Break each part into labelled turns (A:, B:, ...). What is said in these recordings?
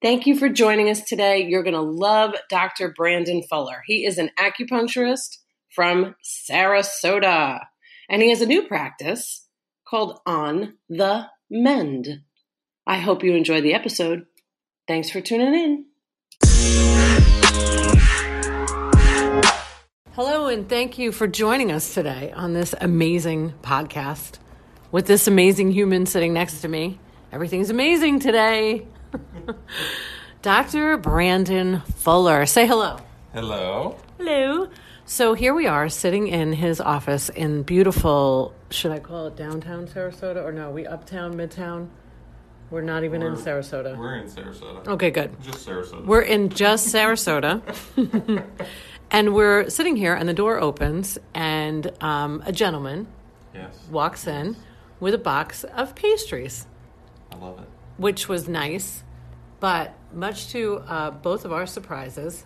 A: Thank you for joining us today. You're going to love Dr. Brandon Fuller. He is an acupuncturist from Sarasota, and he has a new practice called On the Mend. I hope you enjoy the episode. Thanks for tuning in. Hello, and thank you for joining us today on this amazing podcast with this amazing human sitting next to me. Everything's amazing today. Dr. Brandon Fuller. Say hello.
B: Hello.
A: Hello. So here we are sitting in his office in beautiful, should I call it downtown Sarasota or no? We uptown, midtown? We're not even in
B: We're-
A: Sarasota.
B: We're in Sarasota.
A: okay, good.
B: Just Sarasota.
A: We're in just Sarasota. and we're sitting here, and the door opens, and um, a gentleman
B: yes.
A: walks in with a box of pastries,
B: I love it.
A: which was nice. But much to uh, both of our surprises,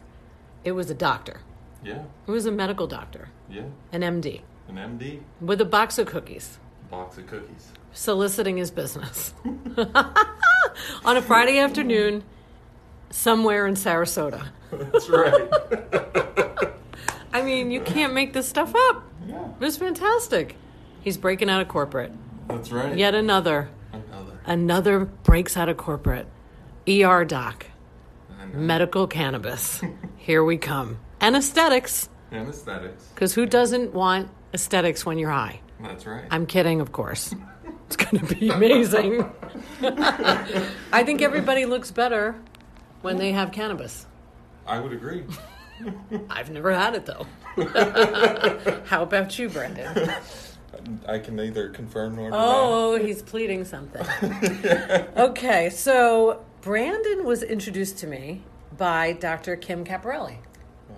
A: it was a doctor.
B: Yeah.
A: It was a medical doctor,
B: Yeah.
A: an MD,
B: An MD.
A: with a box of cookies
B: Box of cookies.
A: soliciting his business on a Friday afternoon somewhere in Sarasota.
B: That's right.
A: I mean, you can't make this stuff up.
B: yeah.
A: It was fantastic. He's breaking out of corporate.
B: That's right.
A: Yet another,
B: Another.
A: another breaks out of corporate. ER doc,
B: I know.
A: medical cannabis. Here we come. And aesthetics,
B: Anesthetics.
A: because who doesn't want aesthetics when you're high?
B: That's right.
A: I'm kidding, of course. It's going to be amazing. I think everybody looks better when they have cannabis.
B: I would agree.
A: I've never had it though. How about you, Brendan?
B: I can neither confirm nor deny.
A: Oh, he's pleading something. Okay, so Brandon was introduced to me by Dr. Kim Caparelli.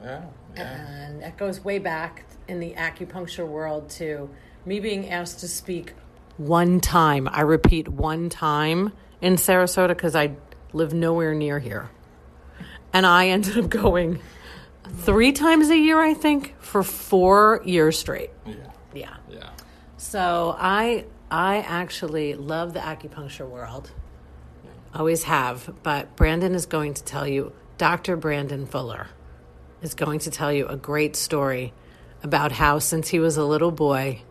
B: Yeah. Yeah.
A: And that goes way back in the acupuncture world to me being asked to speak one time. I repeat, one time in Sarasota because I live nowhere near here. And I ended up going three times a year, I think, for four years straight.
B: Yeah.
A: Yeah.
B: Yeah.
A: So I I actually love the acupuncture world. Always have, but Brandon is going to tell you Dr. Brandon Fuller is going to tell you a great story about how since he was a little boy,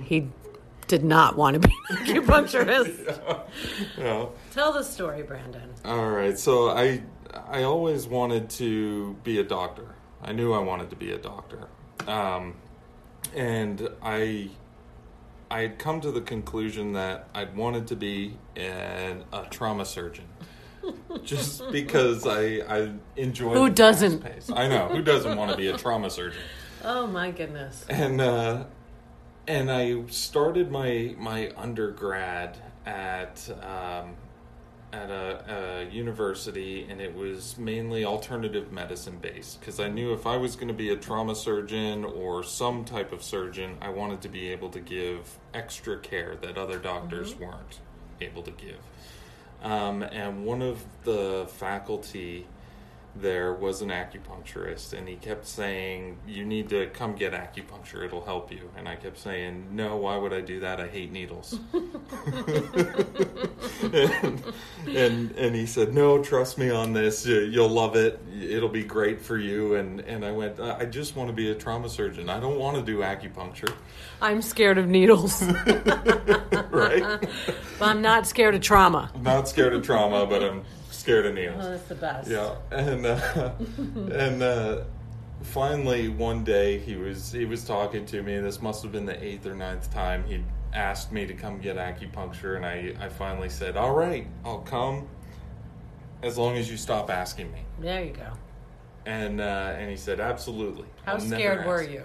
A: he did not want to be an acupuncturist.
B: Well,
A: tell the story, Brandon.
B: all right. So I I always wanted to be a doctor. I knew I wanted to be a doctor. Um, and I I had come to the conclusion that I'd wanted to be an, a trauma surgeon, just because I I enjoy
A: Who
B: the fast
A: doesn't?
B: pace. I know who doesn't want to be a trauma surgeon,
A: Oh my goodness.
B: and uh, and I started my my undergrad at. Um, at a, a university, and it was mainly alternative medicine based because I knew if I was going to be a trauma surgeon or some type of surgeon, I wanted to be able to give extra care that other doctors weren't able to give. Um, and one of the faculty there was an acupuncturist, and he kept saying, You need to come get acupuncture, it'll help you. And I kept saying, No, why would I do that? I hate needles. and, and and he said, "No, trust me on this. You- You'll love it. It'll be great for you." And and I went, "I I just want to be a trauma surgeon. I don't want to do acupuncture,
A: I'm scared of needles.
B: right?
A: but I'm not scared of trauma.
B: I'm not scared of trauma, but I'm scared of needles."
A: Oh, that's the best.
B: Yeah, and uh, and uh, finally one day he was he was talking to me. This must have been the eighth or ninth time he asked me to come get acupuncture, and I I finally said, "All right, I'll come, as long as you stop asking me."
A: There you go.
B: And uh, and he said, "Absolutely."
A: How
B: I'll never
A: scared were
B: ask."
A: you?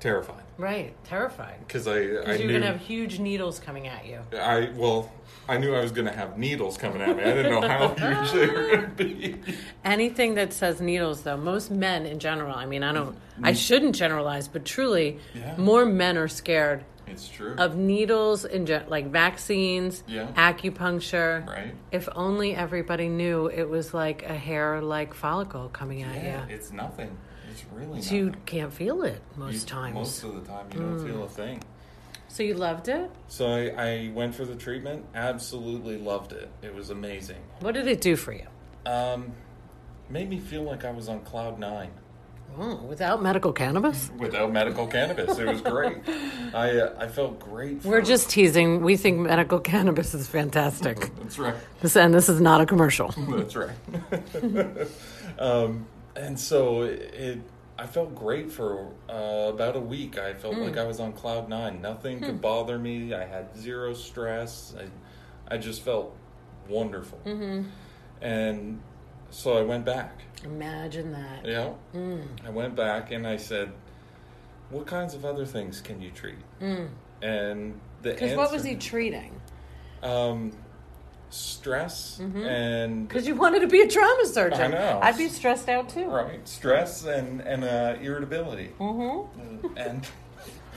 B: Terrified,
A: Right. Terrified.
B: because I I
A: Because you're
B: knew
A: going to have huge needles coming at you.
B: I well. I knew I was going to have needles coming at me. I didn't know how huge they were going to be.
A: Anything that says needles, though, most men in general, I mean, I don't, I shouldn't generalize, but truly,
B: Mm. Yeah.
A: more men are scared
B: It's true,
A: of needles and gen- like vaccines,
B: Yeah.
A: acupuncture.
B: right?
A: If only everybody knew it was like a hair like follicle coming at
B: Yeah,
A: you.
B: it's nothing. It's really
A: So you
B: nothing.
A: can't feel it
B: You-
A: most times.
B: Most of the time, you don't feel a thing.
A: so you loved it?
B: So I, I went for the treatment. Absolutely loved it. It was amazing.
A: What did it do for you?
B: Um, made me feel like I was on cloud nine
A: Oh, without medical cannabis?
B: without medical cannabis. It was great. I uh, I felt great. For
A: We're just teasing. We think medical cannabis is fantastic.
B: That's right.
A: This, and this is not a commercial.
B: That's right. um, and so it, it, I felt great for uh, about a week. I felt
A: Hmm.
B: like I was on cloud nine. Nothing could bother me. I had zero stress. I, I just felt wonderful.
A: Mm-hmm.
B: And so I went back.
A: Imagine that.
B: Yeah.
A: Hmm.
B: I went back and I said, "What kinds of other things can you treat?" And the
A: Hmm. Because what was
B: answer-
A: he treating?
B: Um, stress
A: Mm-hmm.
B: and
A: Because you wanted to be a trauma surgeon.
B: I know.
A: I'd be stressed out too.
B: Right, stress and and uh, irritability, mm-hmm. and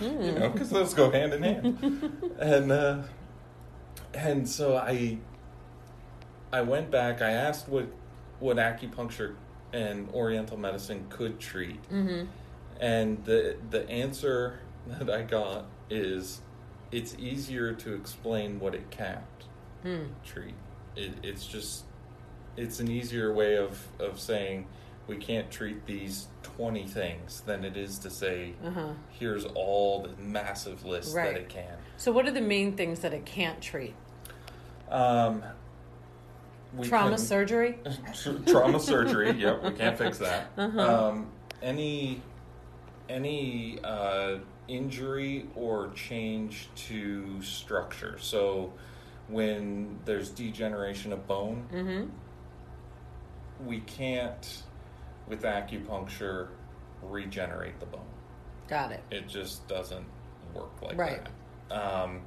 B: you know, because those go hand in
A: Mm-hmm.
B: hand. and uh, and so I I went back. I asked what what acupuncture and Oriental medicine could treat,
A: Mm-hmm.
B: and the the answer that I got is it's easier to explain what it can't treat. It, it's just it's an easier way of, of saying we can't treat these 20 things than it is to say
A: Uh-huh.
B: here's all the massive list
A: Right.
B: that it can
A: So, what are the main things that it can't treat?
B: um, we
A: trauma
B: couldn't-
A: surgery?
B: Tr- trauma surgery yep we can't fix that um, any any uh, injury or change to structure so when there's degeneration of bone
A: Mm
B: we can't with acupuncture regenerate the bone
A: hmm. Got it.
B: it just doesn't work like
A: Right.
B: that um,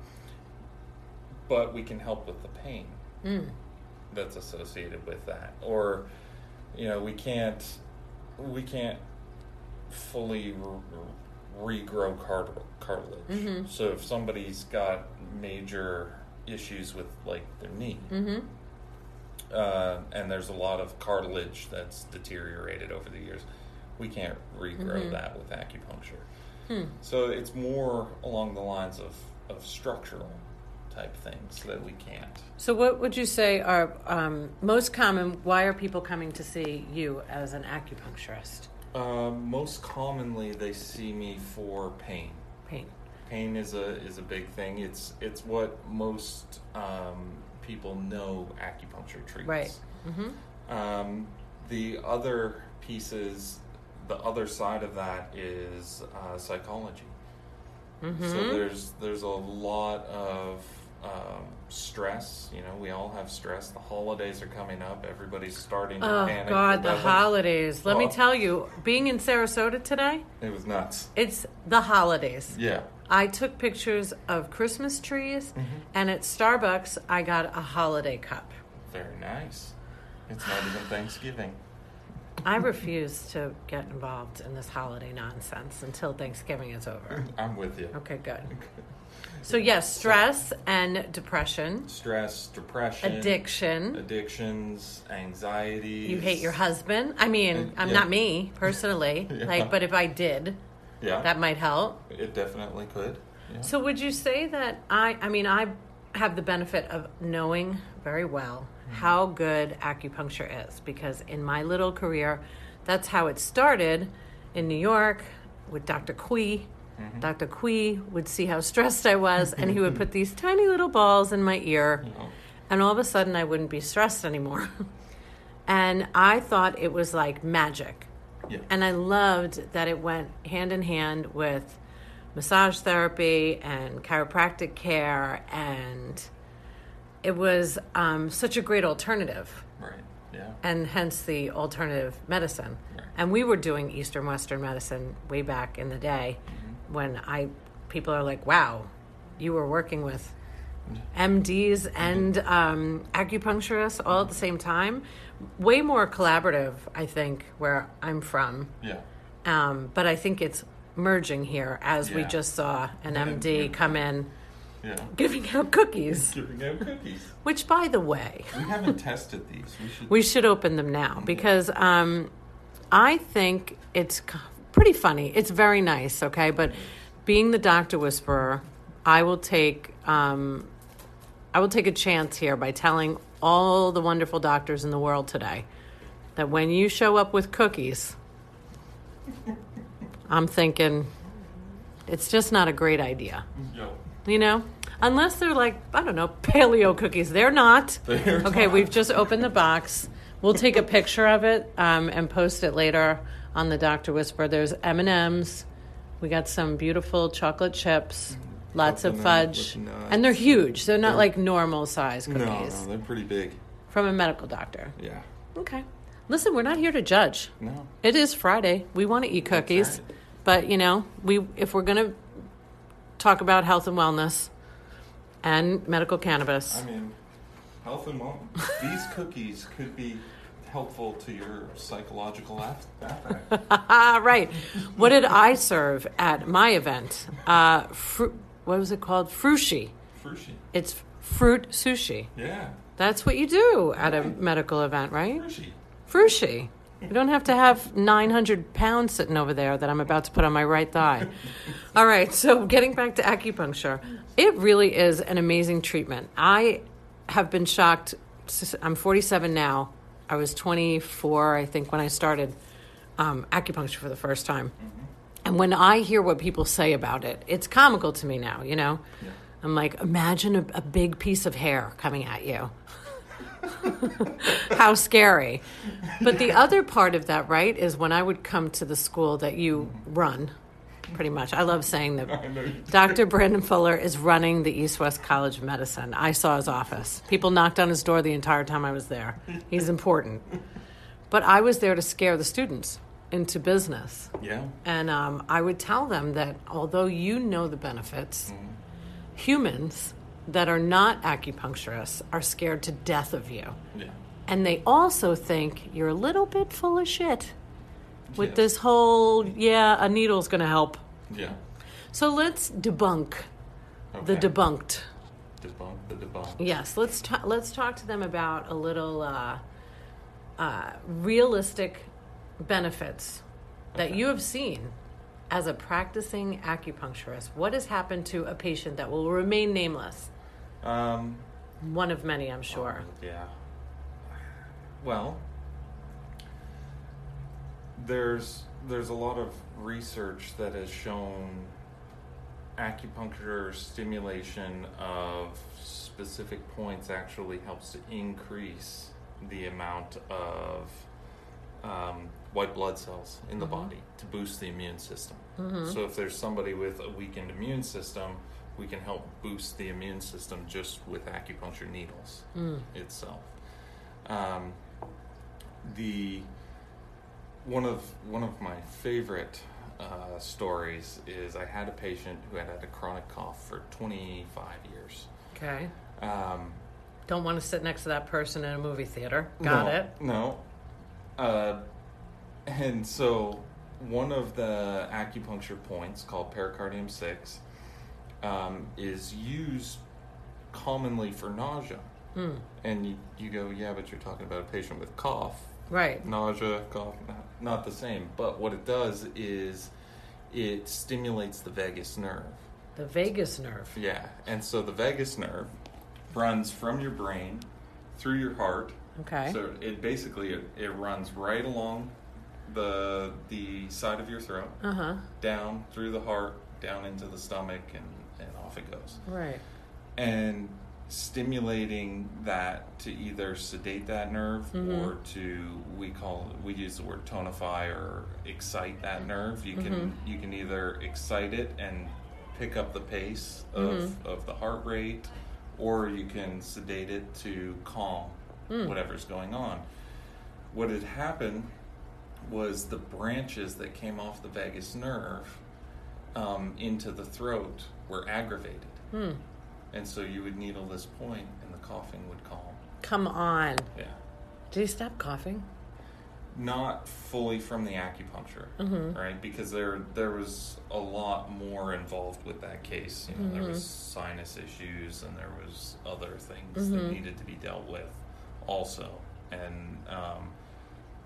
B: but we can help with the pain
A: Mm.
B: that's associated with that or you know we can't we can't fully re- regrow cart- cartilage
A: Mhm.
B: so if somebody's got major issues with like their knee
A: Mm hmm.
B: uh, and there's a lot of cartilage that's deteriorated over the years. We can't regrow that with acupuncture.
A: Hmm.
B: So it's more along the lines of, of structural type things that we can't.
A: So, what would you say are um, most common? Why are people coming to see you as an acupuncturist?
B: Uh, most commonly, they see me for pain.
A: Pain.
B: Pain is a is a big thing. It's it's what most um, people know acupuncture treats.
A: Right. Mm-hmm.
B: Um, the other pieces, the other side of that is uh, psychology. So
A: Mm-hmm.
B: there's there's a lot of um, stress. You know, we all have stress. The holidays are coming up. Everybody's starting to
A: Oh
B: panic.
A: God, the
B: Eleven-
A: holidays. Let me
B: Oh.
A: tell you, being in Sarasota today,
B: It was nuts.
A: it's the holidays.
B: Yeah.
A: I took pictures of Christmas trees, and at Starbucks, I got a holiday cup.
B: Very nice. It's not even Thanksgiving.
A: I refuse to get involved in this holiday nonsense until Thanksgiving is over.
B: I'm with you.
A: Okay, good. So, yes, stress and depression,
B: Stress, depression,
A: addiction.
B: addictions, anxiety.
A: You hate your husband. I mean,
B: And-
A: I'm
B: yeah.
A: not me personally,
B: Yeah.
A: like, but if I did,
B: Yeah,
A: that might help.
B: it definitely could. Yeah.
A: So, would you say that I, I mean, I have the benefit of knowing very well how good acupuncture is because in my little career, that's how it started in New York with Dr. Cui. Dr. Cui would see how stressed I was, and he would put these tiny little balls in my ear,
B: Oh.
A: and all of a sudden I wouldn't be stressed anymore. and I thought it was like magic.
B: Yeah.
A: And I loved that it went hand in hand with massage therapy and chiropractic care. And it was um, such a great alternative,
B: right. Yeah.
A: and hence the alternative medicine.
B: Right.
A: And we were doing Eastern Western medicine way back in the day when I, people are like, wow, you were working with MDs and um, acupuncturists all at the same time. Way more collaborative, I think, where I'm from.
B: Yeah.
A: Um, but I think it's merging here, as we
B: Yeah.
A: just saw an
B: yeah.
A: MD come in
B: Yeah.
A: giving out cookies.
B: Giving out cookies.
A: Which, by the way,
B: We haven't tested these. We should.
A: we should open them now because um, I think it's c- pretty funny. It's very nice, okay? But being the doctor whisperer, I will take um, I will take a chance here by telling all the wonderful doctors in the world today that when you show up with cookies, I'm thinking it's just not a great idea.
B: No.
A: You know? Unless they're like, I don't know, paleo cookies. They're not.
B: They're
A: okay, we've just opened the box. We'll take a picture of it um, and post it later on the Doctor Whisper. There's M and M's. We got some beautiful chocolate chips, lots of
B: Coconut
A: fudge,
B: with nuts.
A: and they're huge. They're not
B: They're-
A: like normal size cookies
B: No, no, they're pretty big.
A: from a medical doctor.
B: Yeah.
A: Okay, listen, we're not here to judge.
B: No.
A: It is Friday. We want to eat cookies,
B: right.
A: but you know, we if we're gonna talk about health and wellness and medical cannabis,
B: I mean, health and wellness. These cookies could be helpful to your psychological af- affect.
A: Ah, right. What did I serve at my event? Uh, fru- what was it called? Frushi.
B: Frushi.
A: It's fruit sushi.
B: Yeah.
A: That's what you do at a medical event, right?
B: Frushi.
A: Frushi. You don't have to have 900 pounds sitting over there that I'm about to put on my right thigh. All right, so getting back to acupuncture, it really is an amazing treatment. I have been shocked. s- I'm 47 now. I was 24, I think, when I started um, acupuncture for the first time. And when I hear what people say about it, it's comical to me now, you know?
B: Yeah.
A: I'm like, imagine a, a big piece of hair coming at you. How scary. But the other part of that, right, is when I would come to the school that you run, pretty much. I love saying that
B: I know you
A: Dr. Brandon Fuller is running the East West College of Medicine. I saw his office. People knocked on his door the entire time I was there. He's important. But I was there to scare the students into business.
B: Yeah.
A: And um, I would tell them that although you know the benefits,
B: Mm-hmm.
A: humans that are not acupuncturists are scared to death of you.
B: Yeah.
A: And they also think you're a little bit full of shit with
B: Yeah.
A: this whole, yeah, a needle's going to help.
B: Yeah.
A: So let's debunk the
B: Okay.
A: debunked.
B: debunk. The debunk.
A: Yes, let's ta- let's talk to them about a little uh, uh, realistic benefits that you have seen as a practicing acupuncturist. What has happened to a patient that will remain nameless?
B: Um.
A: One of many, I'm sure.
B: Yeah. Well, there's there's a lot of research that has shown acupuncture stimulation of specific points actually helps to increase the amount of um, white blood cells in the body to boost the immune system. So if there's somebody with a weakened immune system, we can help boost the immune system just with acupuncture needles itself. Um, the one of one of my favorite uh, stories is I had a patient who had had a chronic cough for 25 years.
A: Okay.
B: Um,
A: Don't want to sit next to that person in a movie theater. Got
B: no,
A: it.
B: No. Uh, and so one of the acupuncture points called pericardium 6 um, is used commonly for nausea.
A: Hmm.
B: And you, you go, yeah, but you're talking about a patient with cough.
A: Right.
B: Nausea, cough, not, not the same. But what it does is it stimulates the vagus nerve.
A: The vagus nerve.
B: Yeah, and so the vagus nerve runs from your brain through your heart.
A: Okay.
B: So it basically it, it runs right along the the side of your throat,
A: Uh huh.
B: down through the heart, down into the stomach, and and off it goes.
A: Right.
B: And stimulating that to either sedate that nerve or to we call we use the word tonify or excite that nerve. You can you can either excite it and pick up the pace of, of the heart rate, or you can sedate it to calm whatever's going on. What had happened was the branches that came off the vagus nerve um, into the throat were aggravated. And so you would needle this point and the coughing would calm.
A: Come on.
B: Yeah.
A: Do you stop coughing?
B: Not fully from the acupuncture, right? Because there there was a lot more involved with that case. You know, there was sinus issues and there was other things that needed to be dealt with, also. And um,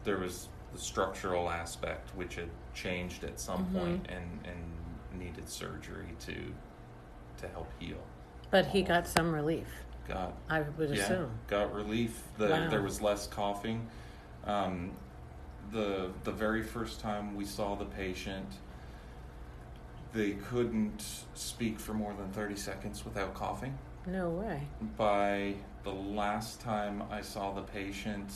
B: there was the structural aspect which had changed at some point and and needed surgery to to help heal.
A: But he got some relief.
B: got
A: I would
B: yeah,
A: assume.
B: got relief. The,
A: Wow.
B: There was less coughing. Um, the the very first time we saw the patient, they couldn't speak for more than thirty seconds without coughing.
A: No way.
B: By the last time I saw the patient,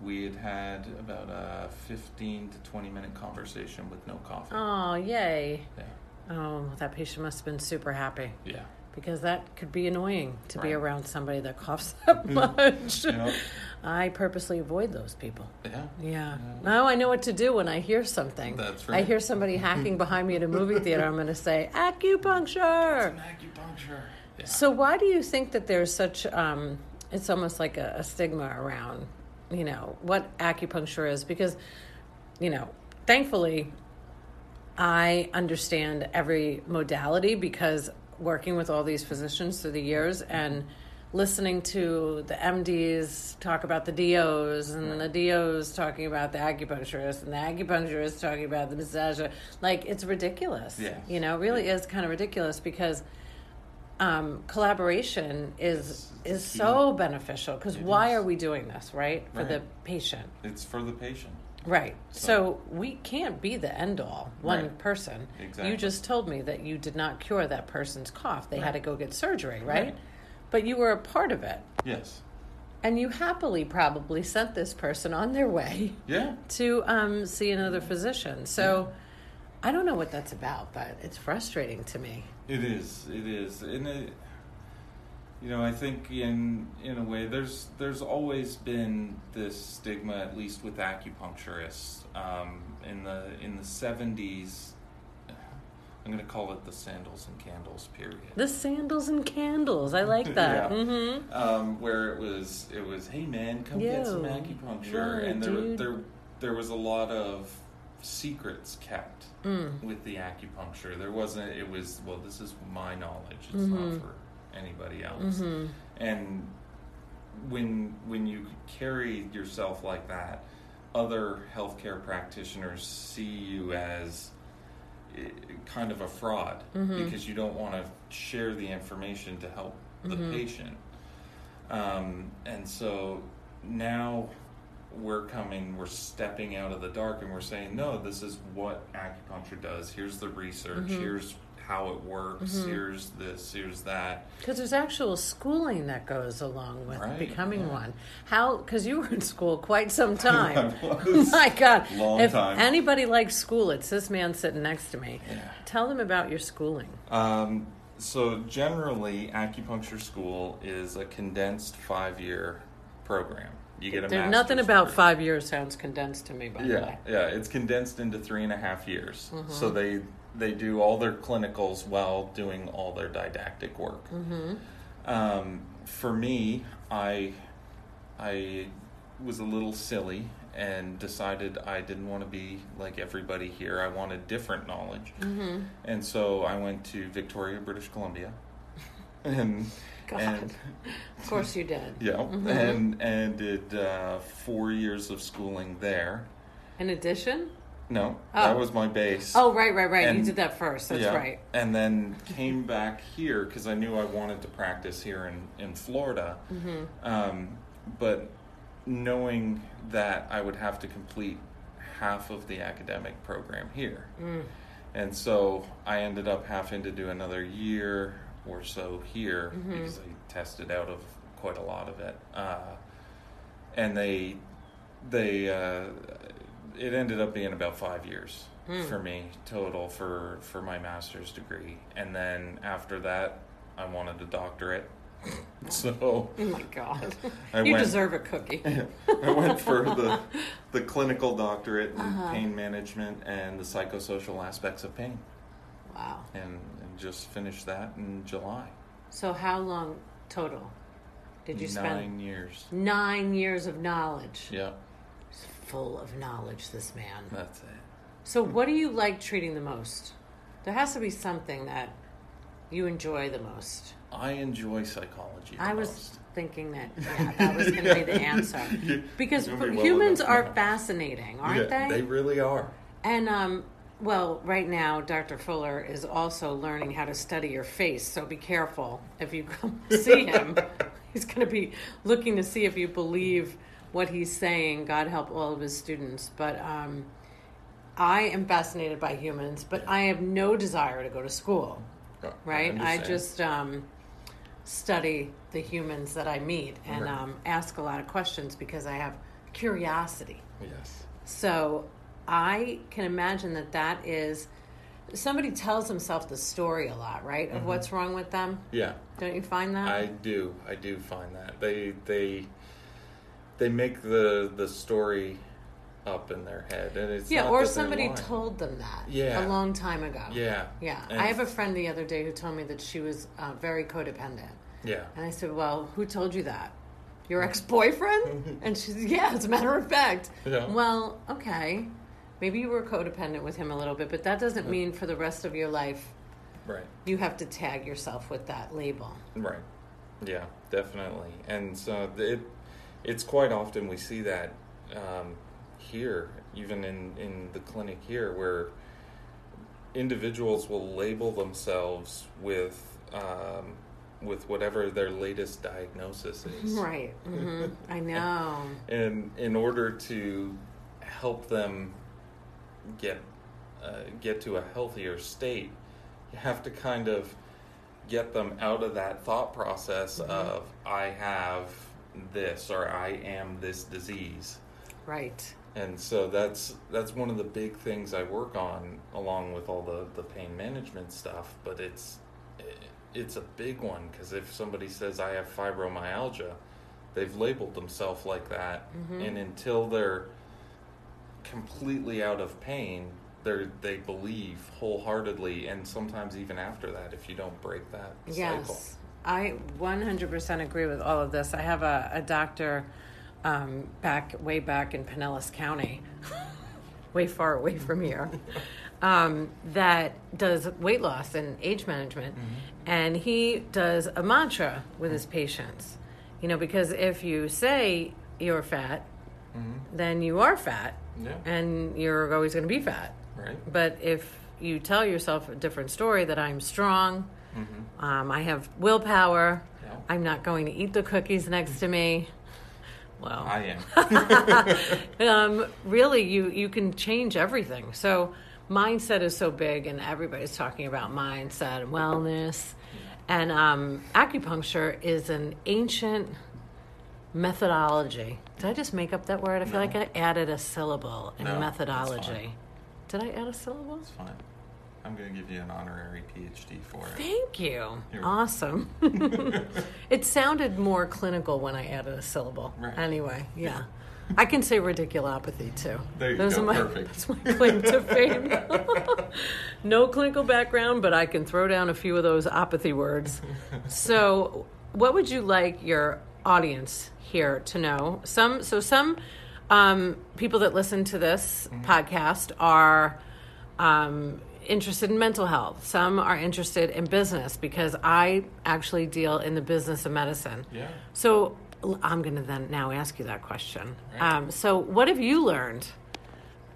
B: we had had about a fifteen to twenty minute conversation with no coughing.
A: Oh, yay.
B: Yeah,
A: Oh, that patient must have been super happy
B: yeah.
A: because that could be annoying to be
B: Right. Mm.
A: around somebody that coughs that much.
B: Yeah.
A: I purposely avoid those people.
B: yeah.
A: Yeah. Now I know what to do when I hear something.
B: That's
A: I
B: right.
A: hear somebody hacking behind me at a movie theater. I'm going to say, acupuncture.
B: acupuncture. Yeah.
A: So why do you think that there's such? Um, it's almost like a, a stigma around, you know, what acupuncture is because, you know, thankfully, I understand every modality because working with all these physicians through the years and listening to the MDs talk about the DOs and the DOs talking about the acupuncturist and the acupuncturist talking about the massager, like it's ridiculous.
B: Yes.
A: You know, it really is kind of ridiculous because um, collaboration is is
B: key.
A: so beneficial because
B: It
A: why
B: is.
A: are we doing this right for the
B: Right.
A: patient
B: It's for the patient.
A: right so,
B: So-
A: we can't be the end all one
B: Right.
A: person you
B: Exactly.
A: just told me that you did not cure that person's cough they had
B: Right.
A: to go get surgery right?
B: Right.
A: but you were a part of it
B: Yes.
A: and you happily probably sent this person on their way
B: Yeah.
A: to um, see another physician so i don't know what that's about but it's frustrating to me
B: It is. It is. And it, you know, I think in in a way, there's there's always been this stigma, at least with acupuncturists. Um, in the in the '70s, I'm going to call it the sandals and candles period.
A: the sandals and candles i like that
B: Yeah.
A: mm-hmm
B: um, where it was it was hey man come get some
A: Yo,
B: acupuncture
A: right,
B: and there
A: dude.
B: there there was a lot of secrets kept
A: Mm.
B: with the acupuncture there wasn't it was well this is my knowledge it's
A: Mm-hmm.
B: not for anybody else and when when you carry yourself like that other healthcare practitioners see you as eh, kind of a fraud
A: Mm-hmm.
B: because you don't want to share the information to help
A: Mm-hmm.
B: the patient um, and so now we're coming, we're stepping out of the dark and we're saying, no, this is what acupuncture does. Here's the research.
A: Mm-hmm.
B: Here's how it works. Here's this. Here's that.
A: Because there's actual schooling that goes along with
B: Right,
A: becoming
B: yeah.
A: one. How? Because you were in school quite some time.
B: I was.
A: My God,
B: Long
A: if
B: time.
A: anybody likes school, it's this man sitting next to me.
B: Yeah.
A: Tell them about your schooling.
B: Um, so generally, acupuncture school is a condensed five year program. You get a
A: There,
B: master's
A: nothing about
B: degree.
A: five years sounds condensed to me. By the
B: Yeah,
A: way,
B: yeah, it's condensed into three and a half years. So they they do all their clinicals while doing all their didactic work. Um, for me, I I was a little silly and decided I didn't want to be like everybody here. I wanted different knowledge, and so I went to Victoria, British Columbia, and
A: God.
B: and
A: of course you did,
B: yeah, and and did uh, four years of schooling there.
A: In addition,
B: No,
A: Oh.
B: that was my base.
A: oh right, right, right. you
B: And-
A: did that first. That's right.
B: And then came back here because I knew I wanted to practice here in in Florida.
A: Mm-hmm.
B: Um, but knowing that I would have to complete half of the academic program here,
A: Mm.
B: and so I ended up having to do another year or so here
A: Mm-hmm.
B: because I tested out of quite a lot of it. Uh, and they they uh, it ended up being about five years
A: Hmm.
B: for me total for for my master's degree and then after that i wanted a doctorate so
A: Oh my God,
B: I
A: you
B: went-
A: deserve a cookie.
B: i went for the the clinical doctorate in
A: Uh-huh.
B: pain management and the psychosocial aspects of pain
A: wow.
B: and, and just finished that in july
A: So how long total did you spend?
B: nine years
A: Nine years of knowledge.
B: yeah
A: full of knowledge, this man.
B: that's it
A: So, what do you like treating the most? There has to be something that you enjoy the most.
B: i enjoy psychology the
A: I was
B: most.
A: thinking that yeah, that was going to be the answer
B: You-
A: because
B: you're gonna be well
A: humans
B: enough
A: are
B: now.
A: fascinating, aren't
B: Yeah,
A: they?
B: they really are
A: And um, Well, right now, Dr. Fuller is also learning how to study your face, so be careful if you come see him. he's going to be looking to see if you believe what he's saying. God help all of his students. But um, I am fascinated by humans, but I have no desire to go to school,
B: Oh,
A: right? I
B: understand.
A: just um, study the humans that I meet and
B: Right.
A: um, ask a lot of questions because I have curiosity.
B: Yes.
A: So I can imagine that that is somebody tells himself the story a lot, right? Of what's wrong with them.
B: Yeah.
A: Don't you find that?
B: Mm-hmm. I do. I do find that they they they make the the story up in their head, and it's
A: yeah,
B: not
A: or
B: that they're
A: somebody
B: lying.
A: told them that
B: Yeah.
A: a long time ago.
B: Yeah.
A: Yeah.
B: And-
A: I have a friend the other day who told me that she was uh, very codependent.
B: Yeah.
A: And I said, Well, who told you that? Your
B: Mm.
A: ex boyfriend? and she said, Yeah, as a matter of fact.
B: Yeah.
A: Well, okay. Maybe you were codependent with him a little bit, but that doesn't mean for the rest of your life
B: Right.
A: you have to tag yourself with that label.
B: Right. Yeah, definitely. And so it it's quite often we see that um, here, even in in the clinic here, where individuals will label themselves with um, with whatever their latest diagnosis is,
A: Right. hmm I know.
B: and in order to help them get uh, get to a healthier state, you have to kind of get them out of that thought process of I have this or I am this disease.
A: Right.
B: And so that's that's one of the big things I work on along with all the the pain management stuff, but it's it's a big one cuz if somebody says I have fibromyalgia, they've labeled themselves like that
A: Mm-hmm.
B: and until they're completely out of pain, they they believe wholeheartedly and sometimes even after that if you don't break that cycle.
A: Yes. I 100% agree with all of this. I have a, a doctor um, back way back in Pinellas County, way far away from here, um, that does weight loss and age management. And he does a mantra with his patients. You know, because if you say you're fat, then you are fat.
B: Yeah.
A: And you're always going to be fat.
B: Right?
A: But if you tell yourself a different story that I'm strong, um, I have willpower,
B: Mm-hmm. Yeah.
A: I'm not going to eat the cookies next to me. Well,
B: I am.
A: um, really, you, you can change everything. So, mindset is so big, and everybody's talking about mindset and wellness. And um, acupuncture is an ancient methodology. Did I just make up that word? I feel like I added a syllable in
B: No, that's
A: methodology. Did I add a syllable?
B: It's fine. I'm going to give you an honorary PhD for it.
A: Thank you.
B: You're
A: Awesome. it sounded more clinical when I added a syllable.
B: Right.
A: Anyway, yeah. I can say radiculopathy too.
B: There you go.
A: Are my,
B: Perfect.
A: That's my claim to fame. no clinical background, but I can throw down a few of those apathy words. So, what would you like your audience here to know? Some so some um, people that listen to this
B: Mm-hmm.
A: podcast are um, interested in mental health. Some are interested in business because I actually deal in the business of medicine.
B: Yeah.
A: So l- I'm going to then now ask you that question.
B: Right.
A: Um, so what have you learned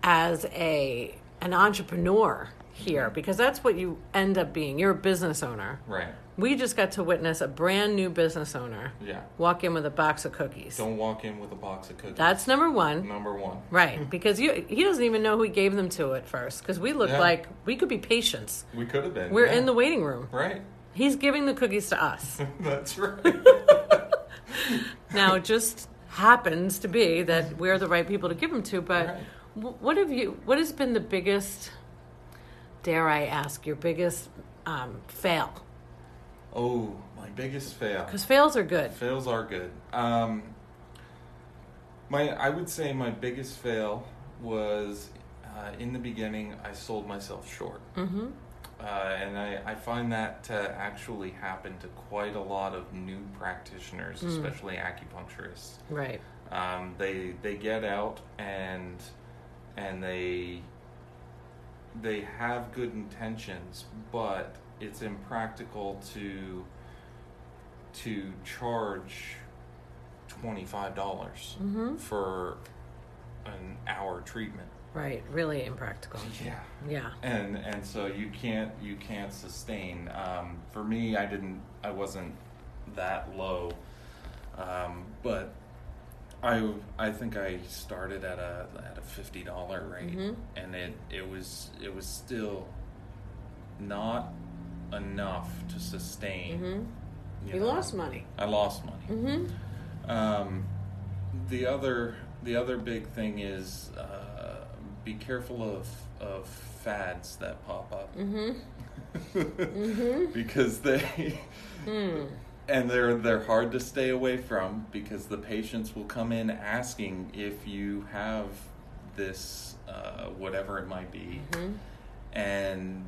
A: as a an entrepreneur here?
B: Mm-hmm.
A: Because that's what you end up being. You're a business owner.
B: Right.
A: We just got to witness a brand new business owner
B: Yeah.
A: walk in with a box of cookies.
B: Don't walk in with a box of cookies.
A: that's number one.
B: number one.
A: Right, because you, he doesn't even know who he gave them to at first. Because we look
B: Yeah.
A: like we could be patients.
B: We could have been.
A: We're
B: yeah.
A: in the waiting room.
B: right.
A: He's giving the cookies to us.
B: That's right.
A: Now, it just happens to be that we're the right people to give them to. But
B: Right.
A: wh- what have you? What has been the biggest? Dare I ask your biggest um, fail?
B: oh, my biggest fail.
A: Because fails are good.
B: Fails are good. Um, my I would say my biggest fail was uh, in the beginning. I sold myself short.
A: Mm-hmm.
B: Uh, and I, I find that to actually happen to quite a lot of new
A: Mm.
B: practitioners, especially acupuncturists.
A: Right.
B: um, they they get out and and they they have good intentions, but it's impractical to to charge twenty five dollars for an hour treatment.
A: Right. Really impractical.
B: Yeah.
A: Yeah.
B: and and so you can't you can't sustain um, for me i didn't i wasn't that low um, but i i think i started at a at a $50 rate
A: Mm-hmm.
B: and it it was it was still not enough to sustain
A: Mm-hmm. You
B: know.
A: lost money.
B: I lost money.
A: Mm-hmm.
B: Um, the other the other big thing is uh, be careful of of fads that pop up. Mm-hmm.
A: Mm-hmm.
B: because they
A: Hmm.
B: and they're they're hard to stay away from because the patients will come in asking if you have this uh, whatever it might be,
A: Mm-hmm.
B: and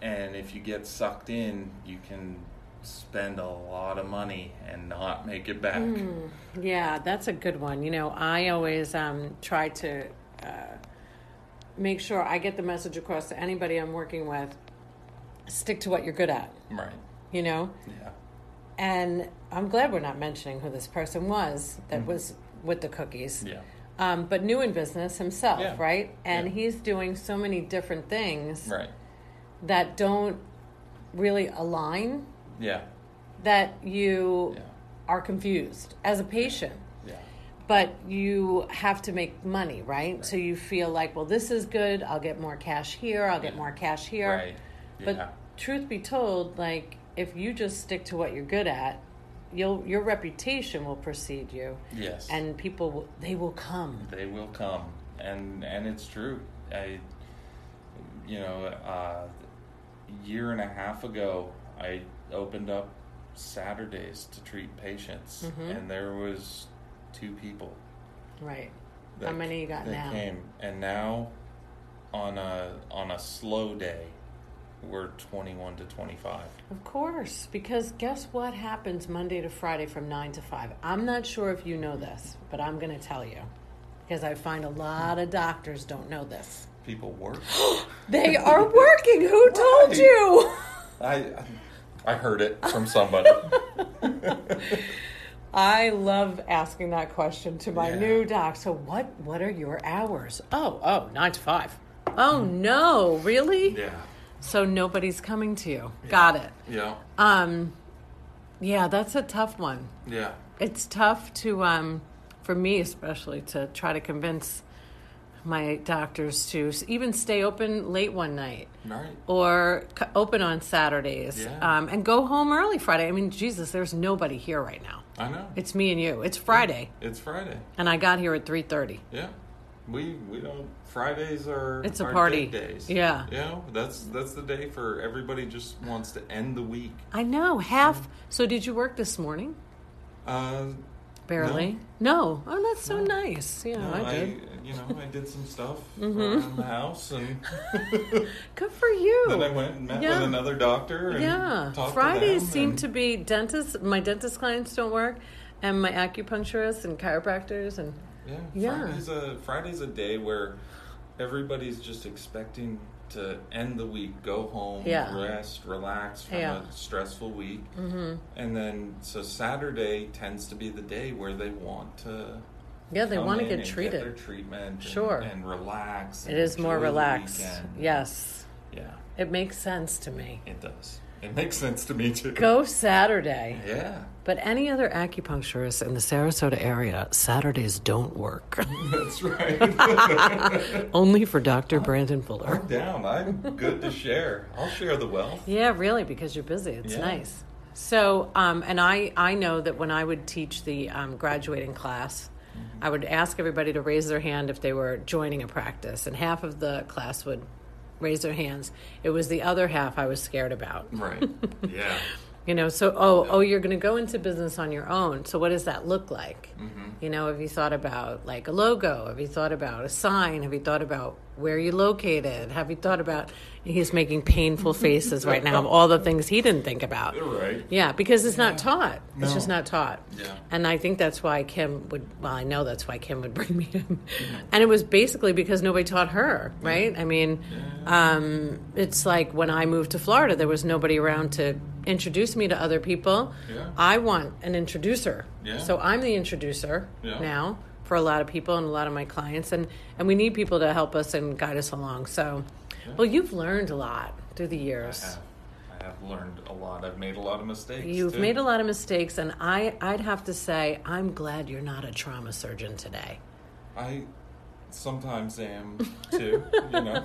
B: and if you get sucked in, you can spend a lot of money and not make it back.
A: Hmm. Yeah, that's a good one. You know, I always um, try to uh, make sure I get the message across to anybody I'm working with stick to what you're good at,
B: Right.
A: you know?
B: Yeah.
A: And I'm glad we're not mentioning who this person was that was with the cookies.
B: Mm-hmm. Yeah.
A: Um, but new in business himself,
B: Yeah.
A: right? And
B: Yeah.
A: he's doing so many different things
B: Right.
A: that don't really align
B: Yeah.
A: that you
B: Yeah.
A: are confused as a patient.
B: Yeah.
A: But you have to make money, right? So you feel like, well, this is good. I'll get more cash here. I'll get more cash here.
B: Right.
A: But
B: yeah.
A: truth be told, like if you just stick to what you're good at, you'll your reputation will precede you,
B: Yes.
A: and people will, they will come.
B: they will come and and it's true i you know uh year and a half ago i opened up saturdays to treat patients
A: Mm-hmm.
B: and there was two people
A: Right.
B: that,
A: How many you got
B: that
A: now?
B: came and now on a on a slow day we're 21 to 25
A: Of course, because guess what happens Monday to Friday from 9 to 5? I'm not sure if you know this, but I'm going to tell you because I find a lot of doctors don't know this.
B: people work
A: They are working. Who told
B: Right.
A: you?
B: i i heard it from somebody
A: I love asking that question to my
B: Yeah.
A: new doc. So what what are your hours? Oh, oh, 9 to 5. Oh no, really?
B: yeah
A: So nobody's coming to you. Got it.
B: yeah
A: Um yeah, that's a tough one.
B: yeah
A: it's tough to um, for me especially to try to convince my doctors to s- even stay open late one night
B: right
A: or c- open on saturdays
B: Yeah.
A: um, and go home early friday i mean jesus there's nobody here right now
B: i know
A: it's me and you it's friday
B: it's friday
A: and i got here at 3.30
B: Yeah, we we don't. Fridays are
A: It's a
B: are
A: party.
B: dead days.
A: Yeah.
B: you know that's that's the day for everybody just wants to end the week.
A: i know half so did you work this morning
B: Uh,
A: barely no, oh that's so nice yeah
B: no,
A: i
B: I,
A: did Mm-hmm.
B: you know I did some stuff around the house, and
A: good for you
B: then I went and met
A: Yeah.
B: with another doctor. And
A: Yeah,
B: talked
A: Fridays
B: to them
A: seem
B: and-
A: to be dentists. My dentist clients don't work, and my acupuncturists and chiropractors and
B: Yeah,
A: Yeah.
B: Friday's a Friday's a day where everybody's just expecting to end the week, go home,
A: Yeah.
B: rest, relax from
A: Yeah.
B: a stressful week, mm-hmm. and then so Saturday tends to be the day where they want to.
A: yeah, they
B: come
A: want to
B: in
A: get
B: and
A: treated.
B: their treatment. and-
A: Sure.
B: and, relax.
A: it
B: and
A: is more
B: enjoy the
A: relaxed.
B: weekend.
A: Yes,
B: yeah,
A: it makes sense to me.
B: it does. It makes sense to me too.
A: Go Saturday.
B: Yeah,
A: But any other acupuncturist in the Sarasota area, Saturdays don't work.
B: that's right.
A: Only for Dr. Brandon Fuller.
B: I'm down. I'm good to share. I'll share the wealth.
A: Yeah, really, because you're busy. It's
B: Yeah.
A: nice. So, um, and I, I know that when I would teach the um, graduating class, I would ask everybody to raise their hand if they were joining a practice, and half of the class would raise their hands. It was the other half I was scared about.
B: Right. Yeah.
A: You know, so oh, oh, you're going to go into business on your own. So, what does that look like? You know, have you thought about like a logo? Have you thought about a sign? Have you thought about where you're located? Have you thought about? He's making painful faces right now of all the things he didn't think about.
B: You're right.
A: Yeah, because it's not taught. It's just
B: No.
A: not taught.
B: Yeah.
A: And I think that's why Kim would, well, I know that's why Kim would bring me in.
B: Mm-hmm.
A: And it was basically because nobody taught her, right? I mean, um, it's like when I moved to Florida, there was nobody around to introduce me to other people.
B: Yeah.
A: I want an introducer.
B: Yeah.
A: So I'm the introducer
B: Yeah.
A: now. for a lot of people and a lot of my clients and and we need people to help us and guide us along so well you've learned a lot through the years
B: I have, I have learned a lot. I've made a lot of mistakes.
A: You've
B: too.
A: made a lot of mistakes, and I, I'd have to say, I'm glad you're not a trauma surgeon today.
B: I sometimes am too. You know,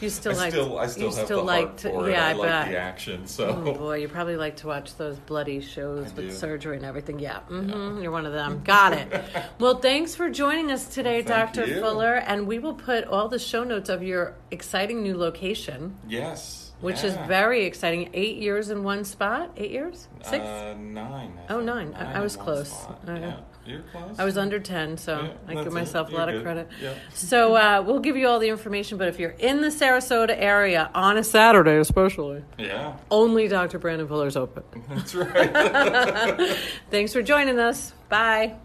A: You still
B: I
A: like,
B: still I still
A: you
B: have
A: still
B: the
A: like
B: heart
A: to,
B: for
A: yeah,
B: it. I,
A: I,
B: like
A: bet.
B: the action. So
A: Oh boy, you probably like to watch those bloody shows
B: I
A: with
B: do.
A: surgery and everything. Yeah, hmm you're one of them. Got it. well, thanks for joining us today,
B: Well, thank
A: Dr.
B: you.
A: Fuller, and we will put all the show notes of your exciting new location,
B: yes,
A: which is
B: yeah.
A: very exciting. Eight years in one spot. Eight years? Six?
B: Uh, nine. I
A: Oh,
B: think.
A: nine. I- I
B: in
A: was
B: one
A: close.
B: spot.
A: All right.
B: Yeah, you're close.
A: I was under 10, so
B: Yeah,
A: I
B: that's
A: give
B: it.
A: myself a
B: You're
A: lot of
B: good.
A: credit.
B: Yeah.
A: So uh, we'll give you all the information, but if you're in the Sarasota area on a Saturday, especially,
B: Yeah,
A: only Dr. Brandon Fuller's open.
B: that's right.
A: Thanks for joining us. Bye.